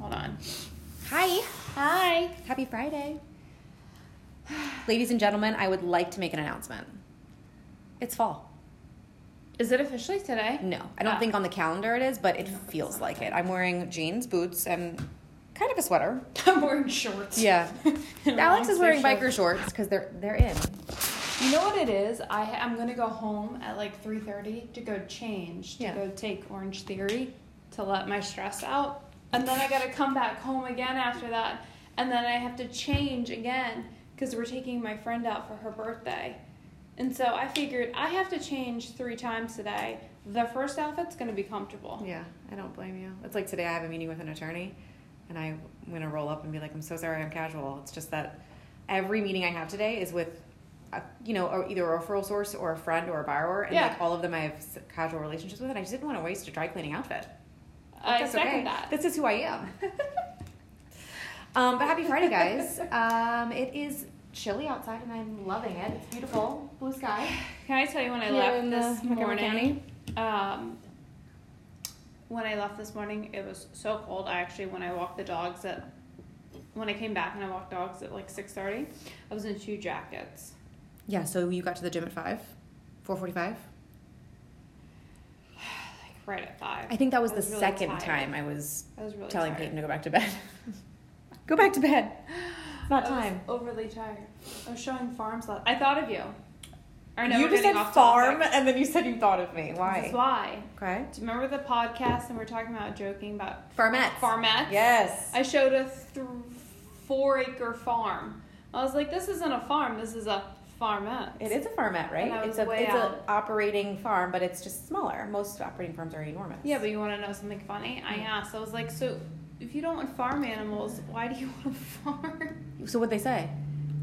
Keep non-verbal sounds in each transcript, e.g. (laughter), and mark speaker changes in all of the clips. Speaker 1: on.
Speaker 2: Hi.
Speaker 1: Hi.
Speaker 2: Happy Friday. (sighs) Ladies and gentlemen, I would like to make an announcement. It's fall.
Speaker 1: Is it officially today?
Speaker 2: No, I don't
Speaker 1: Oh.
Speaker 2: think on the calendar it is, but it feels like it. I'm wearing jeans, boots, and kind of
Speaker 1: (laughs)
Speaker 2: a sweater.
Speaker 1: (laughs) I'm wearing shorts.
Speaker 2: Yeah.
Speaker 1: (laughs) And
Speaker 2: Alex is
Speaker 1: long
Speaker 2: wearing
Speaker 1: sleeve
Speaker 2: biker shorts because they're they're in.
Speaker 1: You know what it is? I I'm gonna go home at like 3:30 to go change to
Speaker 2: Yeah.
Speaker 1: go take Orange Theory to let my stress out, and then I gotta come back home again after that, and then I have to change again because we're taking my friend out for her birthday, and so I figured I have to change three times today. The first outfit's gonna be comfortable.
Speaker 2: Yeah, I don't blame you. It's like today I have a meeting with an attorney, and I'm gonna roll up and be like, I'm so sorry, I'm casual. It's just that every meeting I have today is with, a, you know, or either a referral source or a friend or a borrower, and
Speaker 1: Yeah.
Speaker 2: like all of them I have s- casual relationships with, and I just didn't want to waste a dry cleaning outfit.
Speaker 1: I
Speaker 2: That's
Speaker 1: second
Speaker 2: okay.
Speaker 1: that.
Speaker 2: This is who I am. (laughs) um, but happy Friday,
Speaker 1: (laughs)
Speaker 2: guys. Um, it is chilly outside, and I'm loving it. It's beautiful, blue sky.
Speaker 1: (sighs) Can I tell you when I
Speaker 2: Here
Speaker 1: left
Speaker 2: in the
Speaker 1: this
Speaker 2: Montgomery
Speaker 1: morning? Um, when I left this morning, it was so cold. I actually, when I walked the dogs at, when I came back and I walked dogs at like six thirty, I was in two jackets.
Speaker 2: Yeah. So you got to the gym at five, four forty-five.
Speaker 1: Like right at five.
Speaker 2: I think that was,
Speaker 1: I was
Speaker 2: the
Speaker 1: really
Speaker 2: second
Speaker 1: tired.
Speaker 2: time I was
Speaker 1: I was really
Speaker 2: telling
Speaker 1: tired.
Speaker 2: Peyton to go back to bed. (laughs) go back
Speaker 1: (gasps)
Speaker 2: to bed. It's not
Speaker 1: I was
Speaker 2: time.
Speaker 1: overly tired. I was showing farms. Last, I thought of you. Or no,
Speaker 2: you
Speaker 1: we're
Speaker 2: just
Speaker 1: getting
Speaker 2: said
Speaker 1: off
Speaker 2: farm,
Speaker 1: topic.
Speaker 2: and then you said you thought of me.
Speaker 1: This
Speaker 2: Why?
Speaker 1: is why.
Speaker 2: Okay.
Speaker 1: Do you remember the podcast and we are talking about joking about
Speaker 2: Farmettes.
Speaker 1: farmettes?
Speaker 2: Yes.
Speaker 1: I showed a th- four acre farm. I was like, this isn't a farm, this is a farmette.
Speaker 2: it is a farmette, right?
Speaker 1: And I
Speaker 2: it's
Speaker 1: was
Speaker 2: a
Speaker 1: way
Speaker 2: it's an
Speaker 1: out.
Speaker 2: operating farm, but it's just smaller. Most operating farms are enormous.
Speaker 1: Yeah, but you want to know something funny? I asked, I was like, so if you don't want farm animals, why do you (laughs) want a farm?
Speaker 2: so what they say?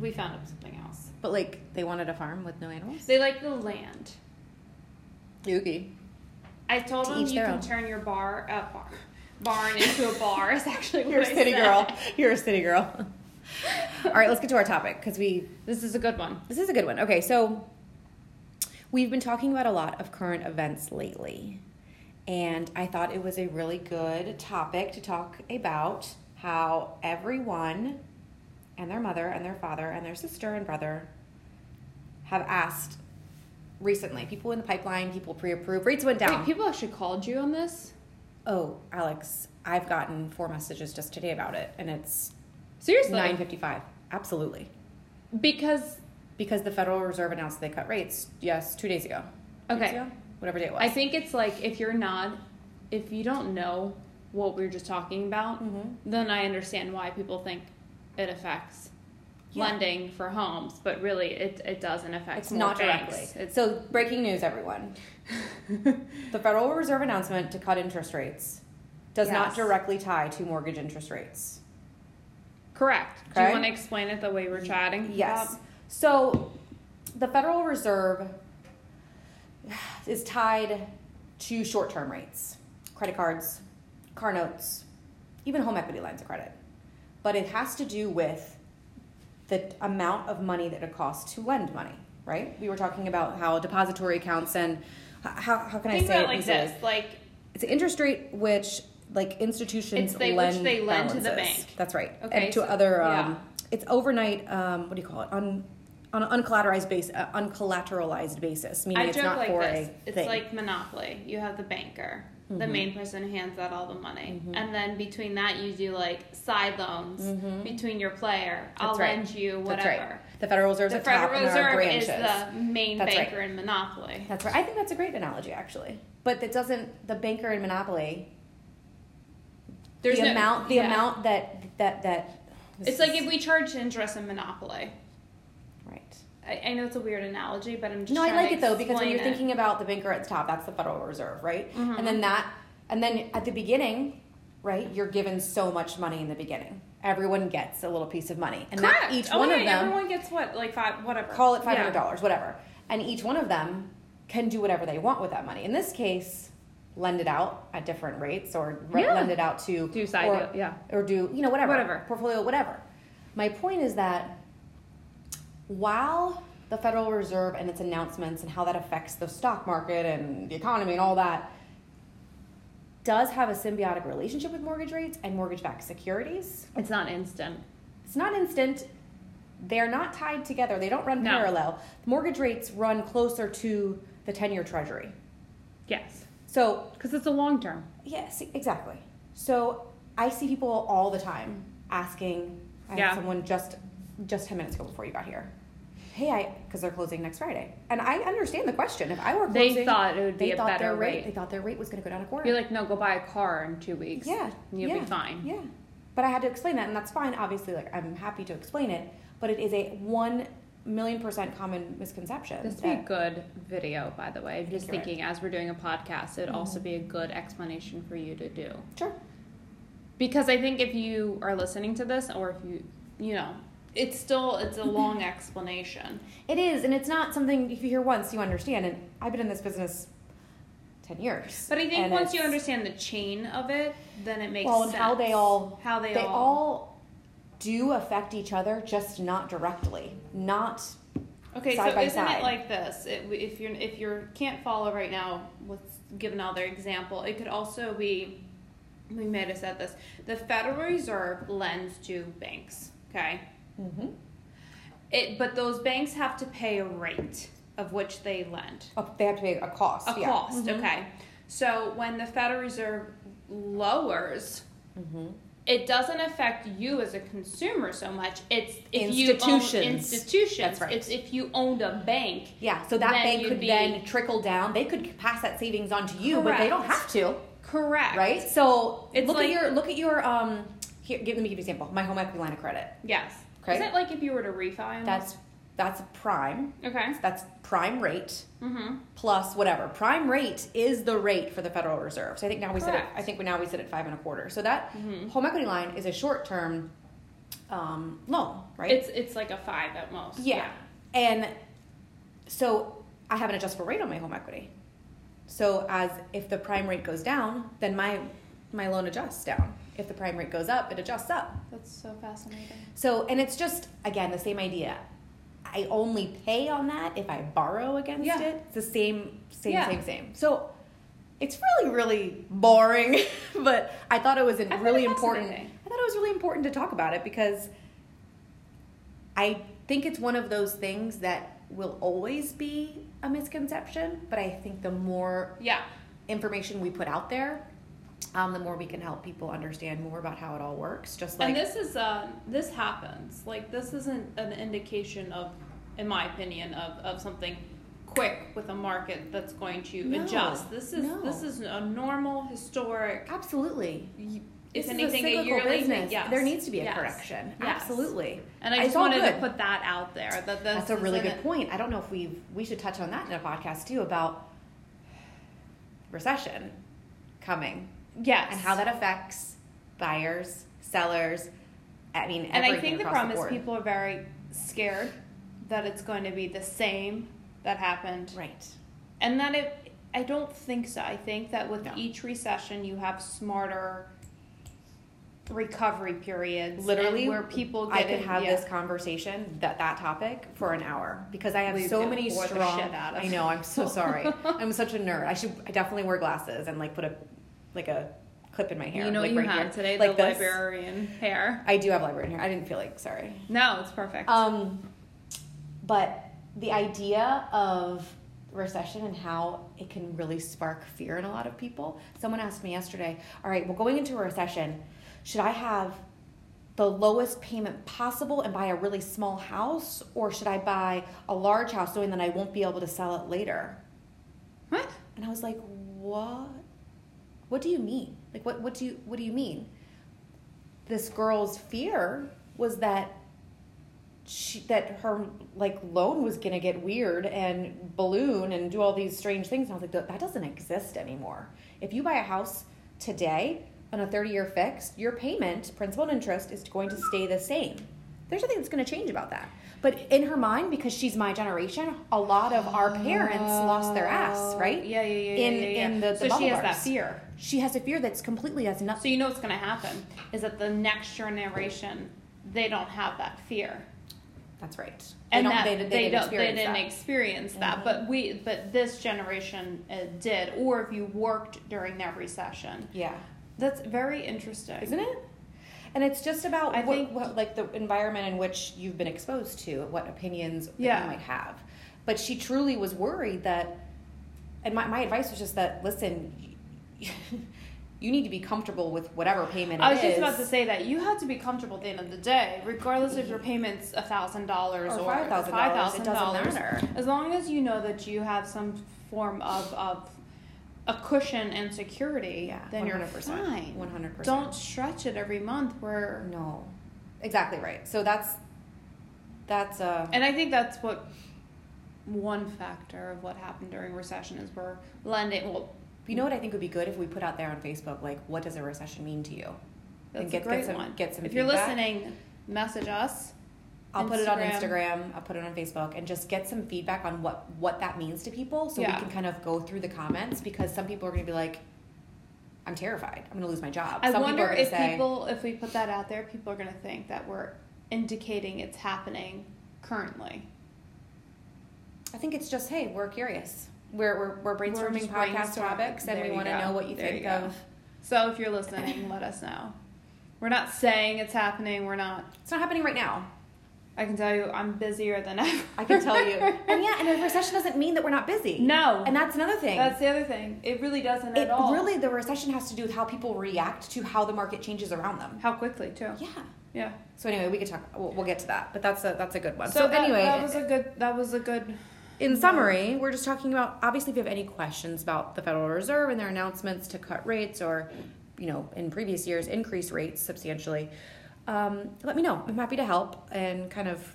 Speaker 1: We found up something else.
Speaker 2: But like they wanted a farm with no animals.
Speaker 1: They like the land.
Speaker 2: Yugi.
Speaker 1: I told
Speaker 2: To
Speaker 1: them
Speaker 2: each
Speaker 1: you
Speaker 2: their
Speaker 1: can
Speaker 2: own.
Speaker 1: turn your bar, uh, bar barn into a bar. Is
Speaker 2: (laughs)
Speaker 1: actually what
Speaker 2: You're
Speaker 1: I
Speaker 2: a city
Speaker 1: said.
Speaker 2: girl. You're a city girl. All right, let's get to our topic because we
Speaker 1: This is a good one.
Speaker 2: This is a good one. Okay, so we've been talking about a lot of current events lately, and I thought it was a really good topic to talk about how everyone and their mother and their father and their sister and brother have asked recently. People in the pipeline, people pre approved, rates went down.
Speaker 1: Wait, people actually called you on this?
Speaker 2: oh, Alex, I've gotten four messages just today about it, and it's
Speaker 1: Seriously?
Speaker 2: 9.55. Absolutely.
Speaker 1: Because
Speaker 2: Because the Federal Reserve announced they cut rates, yes, two days ago. Two days
Speaker 1: Okay.
Speaker 2: ago? Whatever day it was.
Speaker 1: I think it's like if you're not, if you don't know what we were just talking about,
Speaker 2: Mhm.
Speaker 1: then I understand why people think it affects
Speaker 2: Yeah.
Speaker 1: lending for homes, but really it, it doesn't affect
Speaker 2: it's
Speaker 1: more
Speaker 2: not directly.
Speaker 1: banks. It's,
Speaker 2: so, breaking
Speaker 1: (laughs)
Speaker 2: news, everyone. the Federal Reserve announcement to cut interest rates does not
Speaker 1: Yes.
Speaker 2: directly tie to mortgage interest rates.
Speaker 1: correct. Do you
Speaker 2: Okay.
Speaker 1: want to explain it the way we're chatting? Um,
Speaker 2: Yes.
Speaker 1: Bob?
Speaker 2: Um, So, the Federal Reserve is tied to short term rates, credit cards, car notes, even home equity lines of credit. But it has to do with the amount of money that it costs to lend money, right? We were talking about how depository accounts and h- how, how can I
Speaker 1: Think about
Speaker 2: say it
Speaker 1: it like
Speaker 2: easily?
Speaker 1: this, like
Speaker 2: It's an interest rate which like institutions
Speaker 1: It's they- which
Speaker 2: lend
Speaker 1: they lend to the
Speaker 2: balances.
Speaker 1: bank.
Speaker 2: That's right.
Speaker 1: Okay,
Speaker 2: and to
Speaker 1: so-
Speaker 2: other um,
Speaker 1: yeah.
Speaker 2: it's overnight. Um, what do you call it? On on an uncollateralized base, uh, uncollateralized basis, meaning
Speaker 1: I
Speaker 2: it's
Speaker 1: joke
Speaker 2: not
Speaker 1: like
Speaker 2: for
Speaker 1: this.
Speaker 2: a
Speaker 1: It's
Speaker 2: thing. Mm-hmm.
Speaker 1: like Monopoly. You have the banker. The main person who hands out all the money, and then between that you do like side loans between your player. I'll
Speaker 2: Mm-hmm. That's right.
Speaker 1: lend you whatever.
Speaker 2: That's right. The Federal Reserve's
Speaker 1: The
Speaker 2: at top,
Speaker 1: Federal
Speaker 2: and there are
Speaker 1: Reserve is
Speaker 2: branches.
Speaker 1: the main
Speaker 2: That's
Speaker 1: banker in Monopoly.
Speaker 2: That's right. I think that's a great analogy, actually. But it doesn't. The banker in Monopoly.
Speaker 1: There's
Speaker 2: the
Speaker 1: no-
Speaker 2: amount. The
Speaker 1: yeah.
Speaker 2: amount that that that. this
Speaker 1: It's like
Speaker 2: is-
Speaker 1: if we charged interest in Monopoly.
Speaker 2: right.
Speaker 1: I, I know it's a weird analogy, but I'm just
Speaker 2: No, I
Speaker 1: trying
Speaker 2: like
Speaker 1: to
Speaker 2: it though because when
Speaker 1: explain
Speaker 2: you're
Speaker 1: it. Mm-hmm.
Speaker 2: thinking about the banker at the top, that's the Federal Reserve, right? And then that, and then at the beginning, right, you're given so much money in the beginning. Everyone gets a little piece of money, and that,
Speaker 1: Correct.
Speaker 2: each
Speaker 1: Oh,
Speaker 2: one
Speaker 1: yeah,
Speaker 2: of them
Speaker 1: Everyone gets what, like five, whatever.
Speaker 2: call it five
Speaker 1: Yeah.
Speaker 2: hundred dollars, whatever, and each one of them can do whatever they want with that money. In this case, lend it out at different rates, or re-
Speaker 1: Yeah.
Speaker 2: lend it out to
Speaker 1: Do side
Speaker 2: or,
Speaker 1: deal, yeah.
Speaker 2: or do you know whatever
Speaker 1: Whatever.
Speaker 2: portfolio, whatever. My point is that while the Federal Reserve and its announcements and how that affects the stock market and the economy and all that, does have a symbiotic relationship with mortgage rates and mortgage backed securities.
Speaker 1: It's not instant.
Speaker 2: It's not instant. They're not tied together. They don't run
Speaker 1: No.
Speaker 2: parallel. Mortgage rates run closer to the 10 year treasury.
Speaker 1: Yes.
Speaker 2: So,
Speaker 1: Because it's a long term.
Speaker 2: yes, exactly. So, I see people all the time asking, I
Speaker 1: Yeah.
Speaker 2: had someone just just 10 minutes ago before you got here. Hey, I because they're closing next Friday. And I understand the question. If I were
Speaker 1: They
Speaker 2: closing,
Speaker 1: thought it would
Speaker 2: they
Speaker 1: be a
Speaker 2: thought
Speaker 1: better
Speaker 2: their
Speaker 1: rate.
Speaker 2: They thought their rate was going to go down a quarter.
Speaker 1: You're like, no, go buy a car in two weeks.
Speaker 2: Yeah,
Speaker 1: And you'll
Speaker 2: yeah,
Speaker 1: be fine.
Speaker 2: Yeah. But I had to explain that, and that's fine. Obviously, like I'm happy to explain it, but it is a one million percent common misconception.
Speaker 1: This would be a
Speaker 2: that-
Speaker 1: good video, by the way. I'm just
Speaker 2: Thank you, Mm-hmm.
Speaker 1: thinking, as we're doing a podcast, it would also be a good explanation for you to do.
Speaker 2: sure.
Speaker 1: Because I think if you are listening to this, or if you, you know, it's still
Speaker 2: (laughs)
Speaker 1: it's a long explanation.
Speaker 2: It is, and it's not something if you hear once you understand. And I've been in this business ten years.
Speaker 1: But I think
Speaker 2: and
Speaker 1: once you
Speaker 2: it's-
Speaker 1: understand the chain of it, then it makes
Speaker 2: well,
Speaker 1: sense.
Speaker 2: and how they all
Speaker 1: how they,
Speaker 2: they
Speaker 1: all,
Speaker 2: all do affect each other, just not directly, not
Speaker 1: okay.
Speaker 2: side
Speaker 1: so
Speaker 2: by
Speaker 1: isn't
Speaker 2: side.
Speaker 1: it like this? It, if you're if you can't follow right now, let's give another example. It could also be we might have said this. The Federal Reserve lends to banks. Okay. Mm-hmm. It but those banks have to pay a rate of which they lend.
Speaker 2: oh, they have to pay a cost.
Speaker 1: A
Speaker 2: yeah. Mm-hmm.
Speaker 1: cost, okay. So when the Federal Reserve lowers,
Speaker 2: Mm-hmm.
Speaker 1: it doesn't affect you as a consumer so much. It's if you own
Speaker 2: Institutions.
Speaker 1: institutions.
Speaker 2: That's right.
Speaker 1: It's if you owned a bank.
Speaker 2: Yeah, so that
Speaker 1: Then
Speaker 2: bank
Speaker 1: you'd
Speaker 2: could
Speaker 1: be-
Speaker 2: then trickle down. They could pass that savings on to you, but they don't have
Speaker 1: Correct.
Speaker 2: to,
Speaker 1: Correct.
Speaker 2: right? So
Speaker 1: It's
Speaker 2: look
Speaker 1: like-
Speaker 2: at your look at your um. Here, give, let me give you an example. My home equity line of credit.
Speaker 1: Yes.
Speaker 2: Okay.
Speaker 1: Is it like if you were to refi? on
Speaker 2: That's that's prime.
Speaker 1: this? okay.
Speaker 2: That's prime rate
Speaker 1: Mm-hmm.
Speaker 2: plus whatever. Prime rate is the rate for the Federal Reserve. So I think now we sit. At,
Speaker 1: Correct.
Speaker 2: I think we now we sit at five and a quarter. So that
Speaker 1: Mm-hmm.
Speaker 2: home equity line is a short term um, loan, right?
Speaker 1: It's it's like a five at most.
Speaker 2: Yeah. And so I have an adjustable rate on my home equity. So as if the prime rate goes down, then my my loan adjusts down. If the prime rate goes up, it adjusts up.
Speaker 1: That's so fascinating.
Speaker 2: So and it's just again the same idea. I only pay on that if I borrow against
Speaker 1: Yeah.
Speaker 2: it. It's the same same
Speaker 1: Yeah.
Speaker 2: same same. So it's really really boring, (laughs) but I thought it was a
Speaker 1: find it
Speaker 2: really important.
Speaker 1: fascinating.
Speaker 2: I thought it was really important to talk about it because I think it's one of those things that will always be a misconception, but I think the more
Speaker 1: Yeah.
Speaker 2: information we put out there, um, the more we can help people understand more about how it all works. Just like
Speaker 1: and this is uh, this happens. Like this isn't an indication of, in my opinion, of, of something quick with a market that's going to
Speaker 2: No,
Speaker 1: adjust. This is
Speaker 2: no.
Speaker 1: this is a normal historic.
Speaker 2: absolutely.
Speaker 1: y- If
Speaker 2: This is
Speaker 1: anything, a,
Speaker 2: cyclical
Speaker 1: yearly
Speaker 2: business.
Speaker 1: Yes.
Speaker 2: There needs to be a
Speaker 1: Yes.
Speaker 2: correction.
Speaker 1: Yes.
Speaker 2: Absolutely.
Speaker 1: And I
Speaker 2: It's
Speaker 1: just
Speaker 2: all
Speaker 1: wanted to
Speaker 2: good.
Speaker 1: put that out there. That this
Speaker 2: That's a really
Speaker 1: isn't
Speaker 2: good point. I don't know if we we should touch on that in a podcast too about recession coming
Speaker 1: a- Yes.
Speaker 2: and how that affects buyers, sellers. I mean,
Speaker 1: And I
Speaker 2: everything
Speaker 1: think the
Speaker 2: across
Speaker 1: problem
Speaker 2: board.
Speaker 1: is people are very scared that it's going to be the same that happened
Speaker 2: Right.
Speaker 1: And that it, I don't think so. I think that with
Speaker 2: No.
Speaker 1: each recession, you have smarter recovery periods.
Speaker 2: Literally,
Speaker 1: and where people get
Speaker 2: I could
Speaker 1: in-
Speaker 2: have
Speaker 1: yeah.
Speaker 2: this conversation that that topic for an hour because I have
Speaker 1: We
Speaker 2: so
Speaker 1: could
Speaker 2: many
Speaker 1: bore the
Speaker 2: strong.
Speaker 1: shit out of-
Speaker 2: I know. I'm so
Speaker 1: (laughs)
Speaker 2: sorry. I'm such a nerd. I should. I definitely wear glasses and like put a like a clip in my hair.
Speaker 1: You know
Speaker 2: like
Speaker 1: what you
Speaker 2: right
Speaker 1: have
Speaker 2: here.
Speaker 1: today?
Speaker 2: Like
Speaker 1: the
Speaker 2: this.
Speaker 1: librarian hair.
Speaker 2: I do have librarian hair. I didn't feel like sorry.
Speaker 1: No, it's perfect.
Speaker 2: Um, but the idea of recession and how it can really spark fear in a lot of people. Someone asked me yesterday, all right, well, going into a recession, should I have the lowest payment possible and buy a really small house, or should I buy a large house knowing that I won't be able to sell it later?
Speaker 1: what?
Speaker 2: And I was like, what? What do you mean? Like, what, what, do, you, what do you mean? This girl's fear was that she, that her like loan was gonna get weird and balloon and do all these strange things. And I was like, that that doesn't exist anymore. If you buy a house today on a 30 year fix, your payment, principal and interest, is going to stay the same. There's nothing that's gonna change about that. But in her mind, because she's my generation, a lot of our parents lost their ass, right?
Speaker 1: Oh. Yeah, yeah, yeah.
Speaker 2: In
Speaker 1: yeah, yeah, yeah.
Speaker 2: in the, the
Speaker 1: so
Speaker 2: bubble
Speaker 1: she has that
Speaker 2: bars.
Speaker 1: fear.
Speaker 2: She has a fear that's completely has nothing.
Speaker 1: So you know what's going to happen is that the next generation they don't have that fear.
Speaker 2: That's right.
Speaker 1: and
Speaker 2: they don't,
Speaker 1: that
Speaker 2: they,
Speaker 1: they,
Speaker 2: didn't- they didn't
Speaker 1: don't they
Speaker 2: experience
Speaker 1: didn't
Speaker 2: that. Mm-hmm.
Speaker 1: experience that. But we but this generation uh, did, or if you worked during that recession,
Speaker 2: yeah.
Speaker 1: that's very interesting.
Speaker 2: isn't it? And it's just about
Speaker 1: I
Speaker 2: what,
Speaker 1: think-
Speaker 2: what, like the environment in which you've been exposed to, what opinions that
Speaker 1: Yeah.
Speaker 2: you might have. But she truly was worried that, and my, my advice was just that listen, (laughs) you need to be comfortable with whatever payment.
Speaker 1: I
Speaker 2: it
Speaker 1: was just about
Speaker 2: is,
Speaker 1: to say that you have to be comfortable at the end of the day, regardless if your payment's a thousand dollars
Speaker 2: Or
Speaker 1: or five
Speaker 2: $5,000,
Speaker 1: thousand
Speaker 2: it doesn't
Speaker 1: dollars.
Speaker 2: matter.
Speaker 1: As long as you know that you have some form of of a cushion and security,
Speaker 2: Yeah,
Speaker 1: then you are
Speaker 2: 100%,
Speaker 1: fine.
Speaker 2: 100%.
Speaker 1: Don't stretch it every month. Where
Speaker 2: No, exactly right. So that's that's uh,
Speaker 1: And I think that's what one factor of what happened during recession is we're lending. Well,
Speaker 2: you know what I think would be good if we put out there on Facebook, like what does a recession mean to you?
Speaker 1: that's
Speaker 2: And get-
Speaker 1: a
Speaker 2: get
Speaker 1: great
Speaker 2: some-
Speaker 1: one.
Speaker 2: get some
Speaker 1: if you're
Speaker 2: feedback.
Speaker 1: listening, message us.
Speaker 2: I'll put it on
Speaker 1: Instagram.
Speaker 2: Instagram. I'll put it on Facebook, and just get some feedback on what what that means to people, so
Speaker 1: Yeah.
Speaker 2: we can kind of go through the comments because some people are going to be like, "I'm terrified. I'm going to lose my job."
Speaker 1: I
Speaker 2: some
Speaker 1: wonder
Speaker 2: gonna
Speaker 1: if people, if we put that out there, people are going to think that we're indicating it's happening currently.
Speaker 2: I think it's just, "Hey, we're curious. We're we're, we're
Speaker 1: We're
Speaker 2: brainstorming
Speaker 1: just
Speaker 2: podcast
Speaker 1: brainstorming.
Speaker 2: topics, and
Speaker 1: There
Speaker 2: we
Speaker 1: you
Speaker 2: want to
Speaker 1: go.
Speaker 2: know what you
Speaker 1: There
Speaker 2: think
Speaker 1: you go.
Speaker 2: of."
Speaker 1: So if you're listening, let us know. We're not saying it's happening. We're not.
Speaker 2: It's not happening right now.
Speaker 1: I can tell you, I'm busier than ever.
Speaker 2: I can tell you. (laughs) and yeah, and a recession doesn't mean that we're not busy.
Speaker 1: No.
Speaker 2: and that's another thing.
Speaker 1: That's the other thing. It really doesn't
Speaker 2: it
Speaker 1: at all.
Speaker 2: really the recession has to do with how people react to how the market changes around them.
Speaker 1: How quickly too?
Speaker 2: Yeah.
Speaker 1: Yeah.
Speaker 2: So anyway, we could talk. We'll, we'll get to that, but that's a that's a good one. So,
Speaker 1: So, that-
Speaker 2: anyway,
Speaker 1: that was a good. That was a good.
Speaker 2: in summary, we're just talking about obviously if you have any questions about the Federal Reserve and their announcements to cut rates or, you know, in previous years increase rates substantially, um, let me know. I'm happy to help and kind of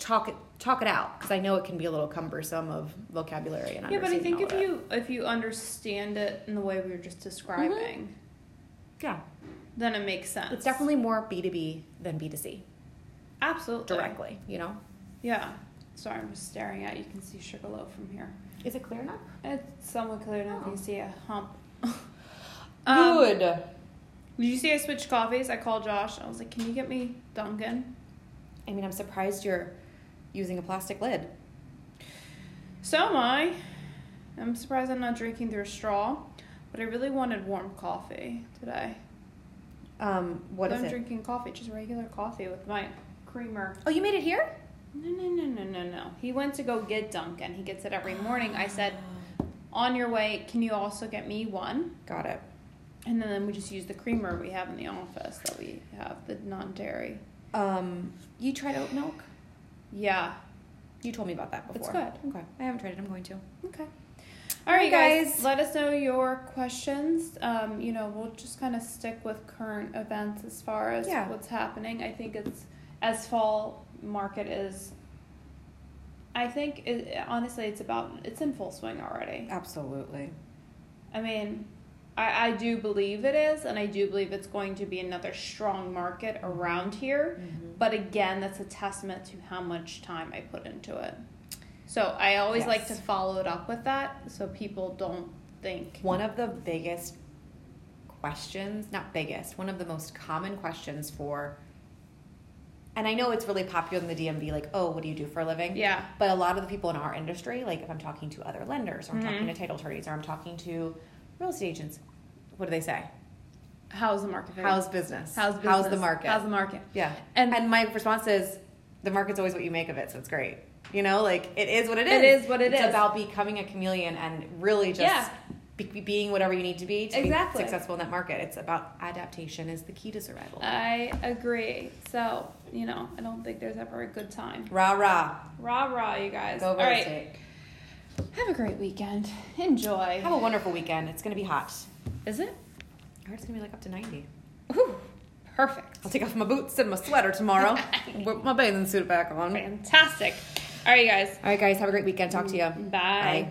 Speaker 2: talk it talk it out because I know it can be a little cumbersome of vocabulary and
Speaker 1: Yeah, but I
Speaker 2: understanding
Speaker 1: think
Speaker 2: all
Speaker 1: if
Speaker 2: of it.
Speaker 1: you if you understand it in the way we were just describing,
Speaker 2: yeah,
Speaker 1: then it makes sense.
Speaker 2: Mm-hmm. it's definitely more B two B than B two C
Speaker 1: absolutely
Speaker 2: directly. You know,
Speaker 1: Yeah. Sorry, I'm just staring at. You can see Sugarloaf from here.
Speaker 2: is it clear enough?
Speaker 1: It's somewhat clear enough. You
Speaker 2: Oh.
Speaker 1: can see a hump. Um,
Speaker 2: Good.
Speaker 1: Did you see I switched coffees? I called Josh. I was like, "Can you get me Dunkin'?"
Speaker 2: I mean, I'm surprised you're using a plastic lid.
Speaker 1: So am I. I'm surprised I'm not drinking through a straw, but I really wanted warm coffee today.
Speaker 2: Um, what
Speaker 1: But
Speaker 2: is
Speaker 1: I'm
Speaker 2: it?
Speaker 1: drinking coffee, just regular coffee with my creamer.
Speaker 2: oh, you made it here?
Speaker 1: No, no, no, no, no, no. He went to go get Dunkin'. He gets it every morning. I said, on your way, can you also get me one?
Speaker 2: Got it.
Speaker 1: And then we just use the creamer we have in the office that we have, the non dairy.
Speaker 2: Um, you tried oat milk?
Speaker 1: Yeah.
Speaker 2: You told me about that
Speaker 1: It's
Speaker 2: before.
Speaker 1: good.
Speaker 2: Okay. I haven't tried it. I'm going to.
Speaker 1: Okay. All
Speaker 2: All
Speaker 1: right,
Speaker 2: right,
Speaker 1: guys.
Speaker 2: guys.
Speaker 1: Let us know your questions. Um, you know, we'll just kind of stick with current events as far as
Speaker 2: Yeah.
Speaker 1: what's happening. I think it's as fall market is. I think it, honestly, it's about it's in full swing already.
Speaker 2: Absolutely.
Speaker 1: I mean, I, I do believe it is, and I do believe it's going to be another strong market around here. But again, that's a testament to how much time I put into it. So I always like to
Speaker 2: Yes.
Speaker 1: follow it up with that so people don't think.
Speaker 2: One of the biggest questions, not biggest, one of the most common questions for, and I know it's really popular in the DMV, like, oh, what do you do for a living?
Speaker 1: Yeah.
Speaker 2: But a lot of the people in our industry, like if I'm talking to other lenders, or I'm talking
Speaker 1: Mhm.
Speaker 2: to title attorneys, or I'm talking to real estate agents, what do they say?
Speaker 1: How's the market? doing?
Speaker 2: How's business?
Speaker 1: how's business?
Speaker 2: the market?
Speaker 1: How's the market?
Speaker 2: yeah.
Speaker 1: And,
Speaker 2: And my response is, the market's always what you make of it, so it's great. You know, like it is what it is.
Speaker 1: It is what it
Speaker 2: it's
Speaker 1: is.
Speaker 2: about becoming a chameleon and really just
Speaker 1: Yeah.
Speaker 2: be, be- being whatever you need to be to
Speaker 1: Exactly.
Speaker 2: be successful in that market. It's about adaptation is the key to survival.
Speaker 1: I agree. So, you know, I don't think there's ever a good time.
Speaker 2: rah rah.
Speaker 1: Rah, rah, you guys.
Speaker 2: Go
Speaker 1: All
Speaker 2: real
Speaker 1: right.
Speaker 2: estate.
Speaker 1: Have a great weekend. Enjoy.
Speaker 2: Have a wonderful weekend. It's gonna be hot.
Speaker 1: Is it?
Speaker 2: I heard it's gonna be like up to ninety.
Speaker 1: Ooh, perfect.
Speaker 2: I'll take off my boots and my
Speaker 1: (laughs)
Speaker 2: sweater tomorrow. Put my bathing suit back on. All
Speaker 1: Fantastic. All right, you guys.
Speaker 2: right, guys, have a great weekend. Talk to you.
Speaker 1: Bye.
Speaker 2: Bye.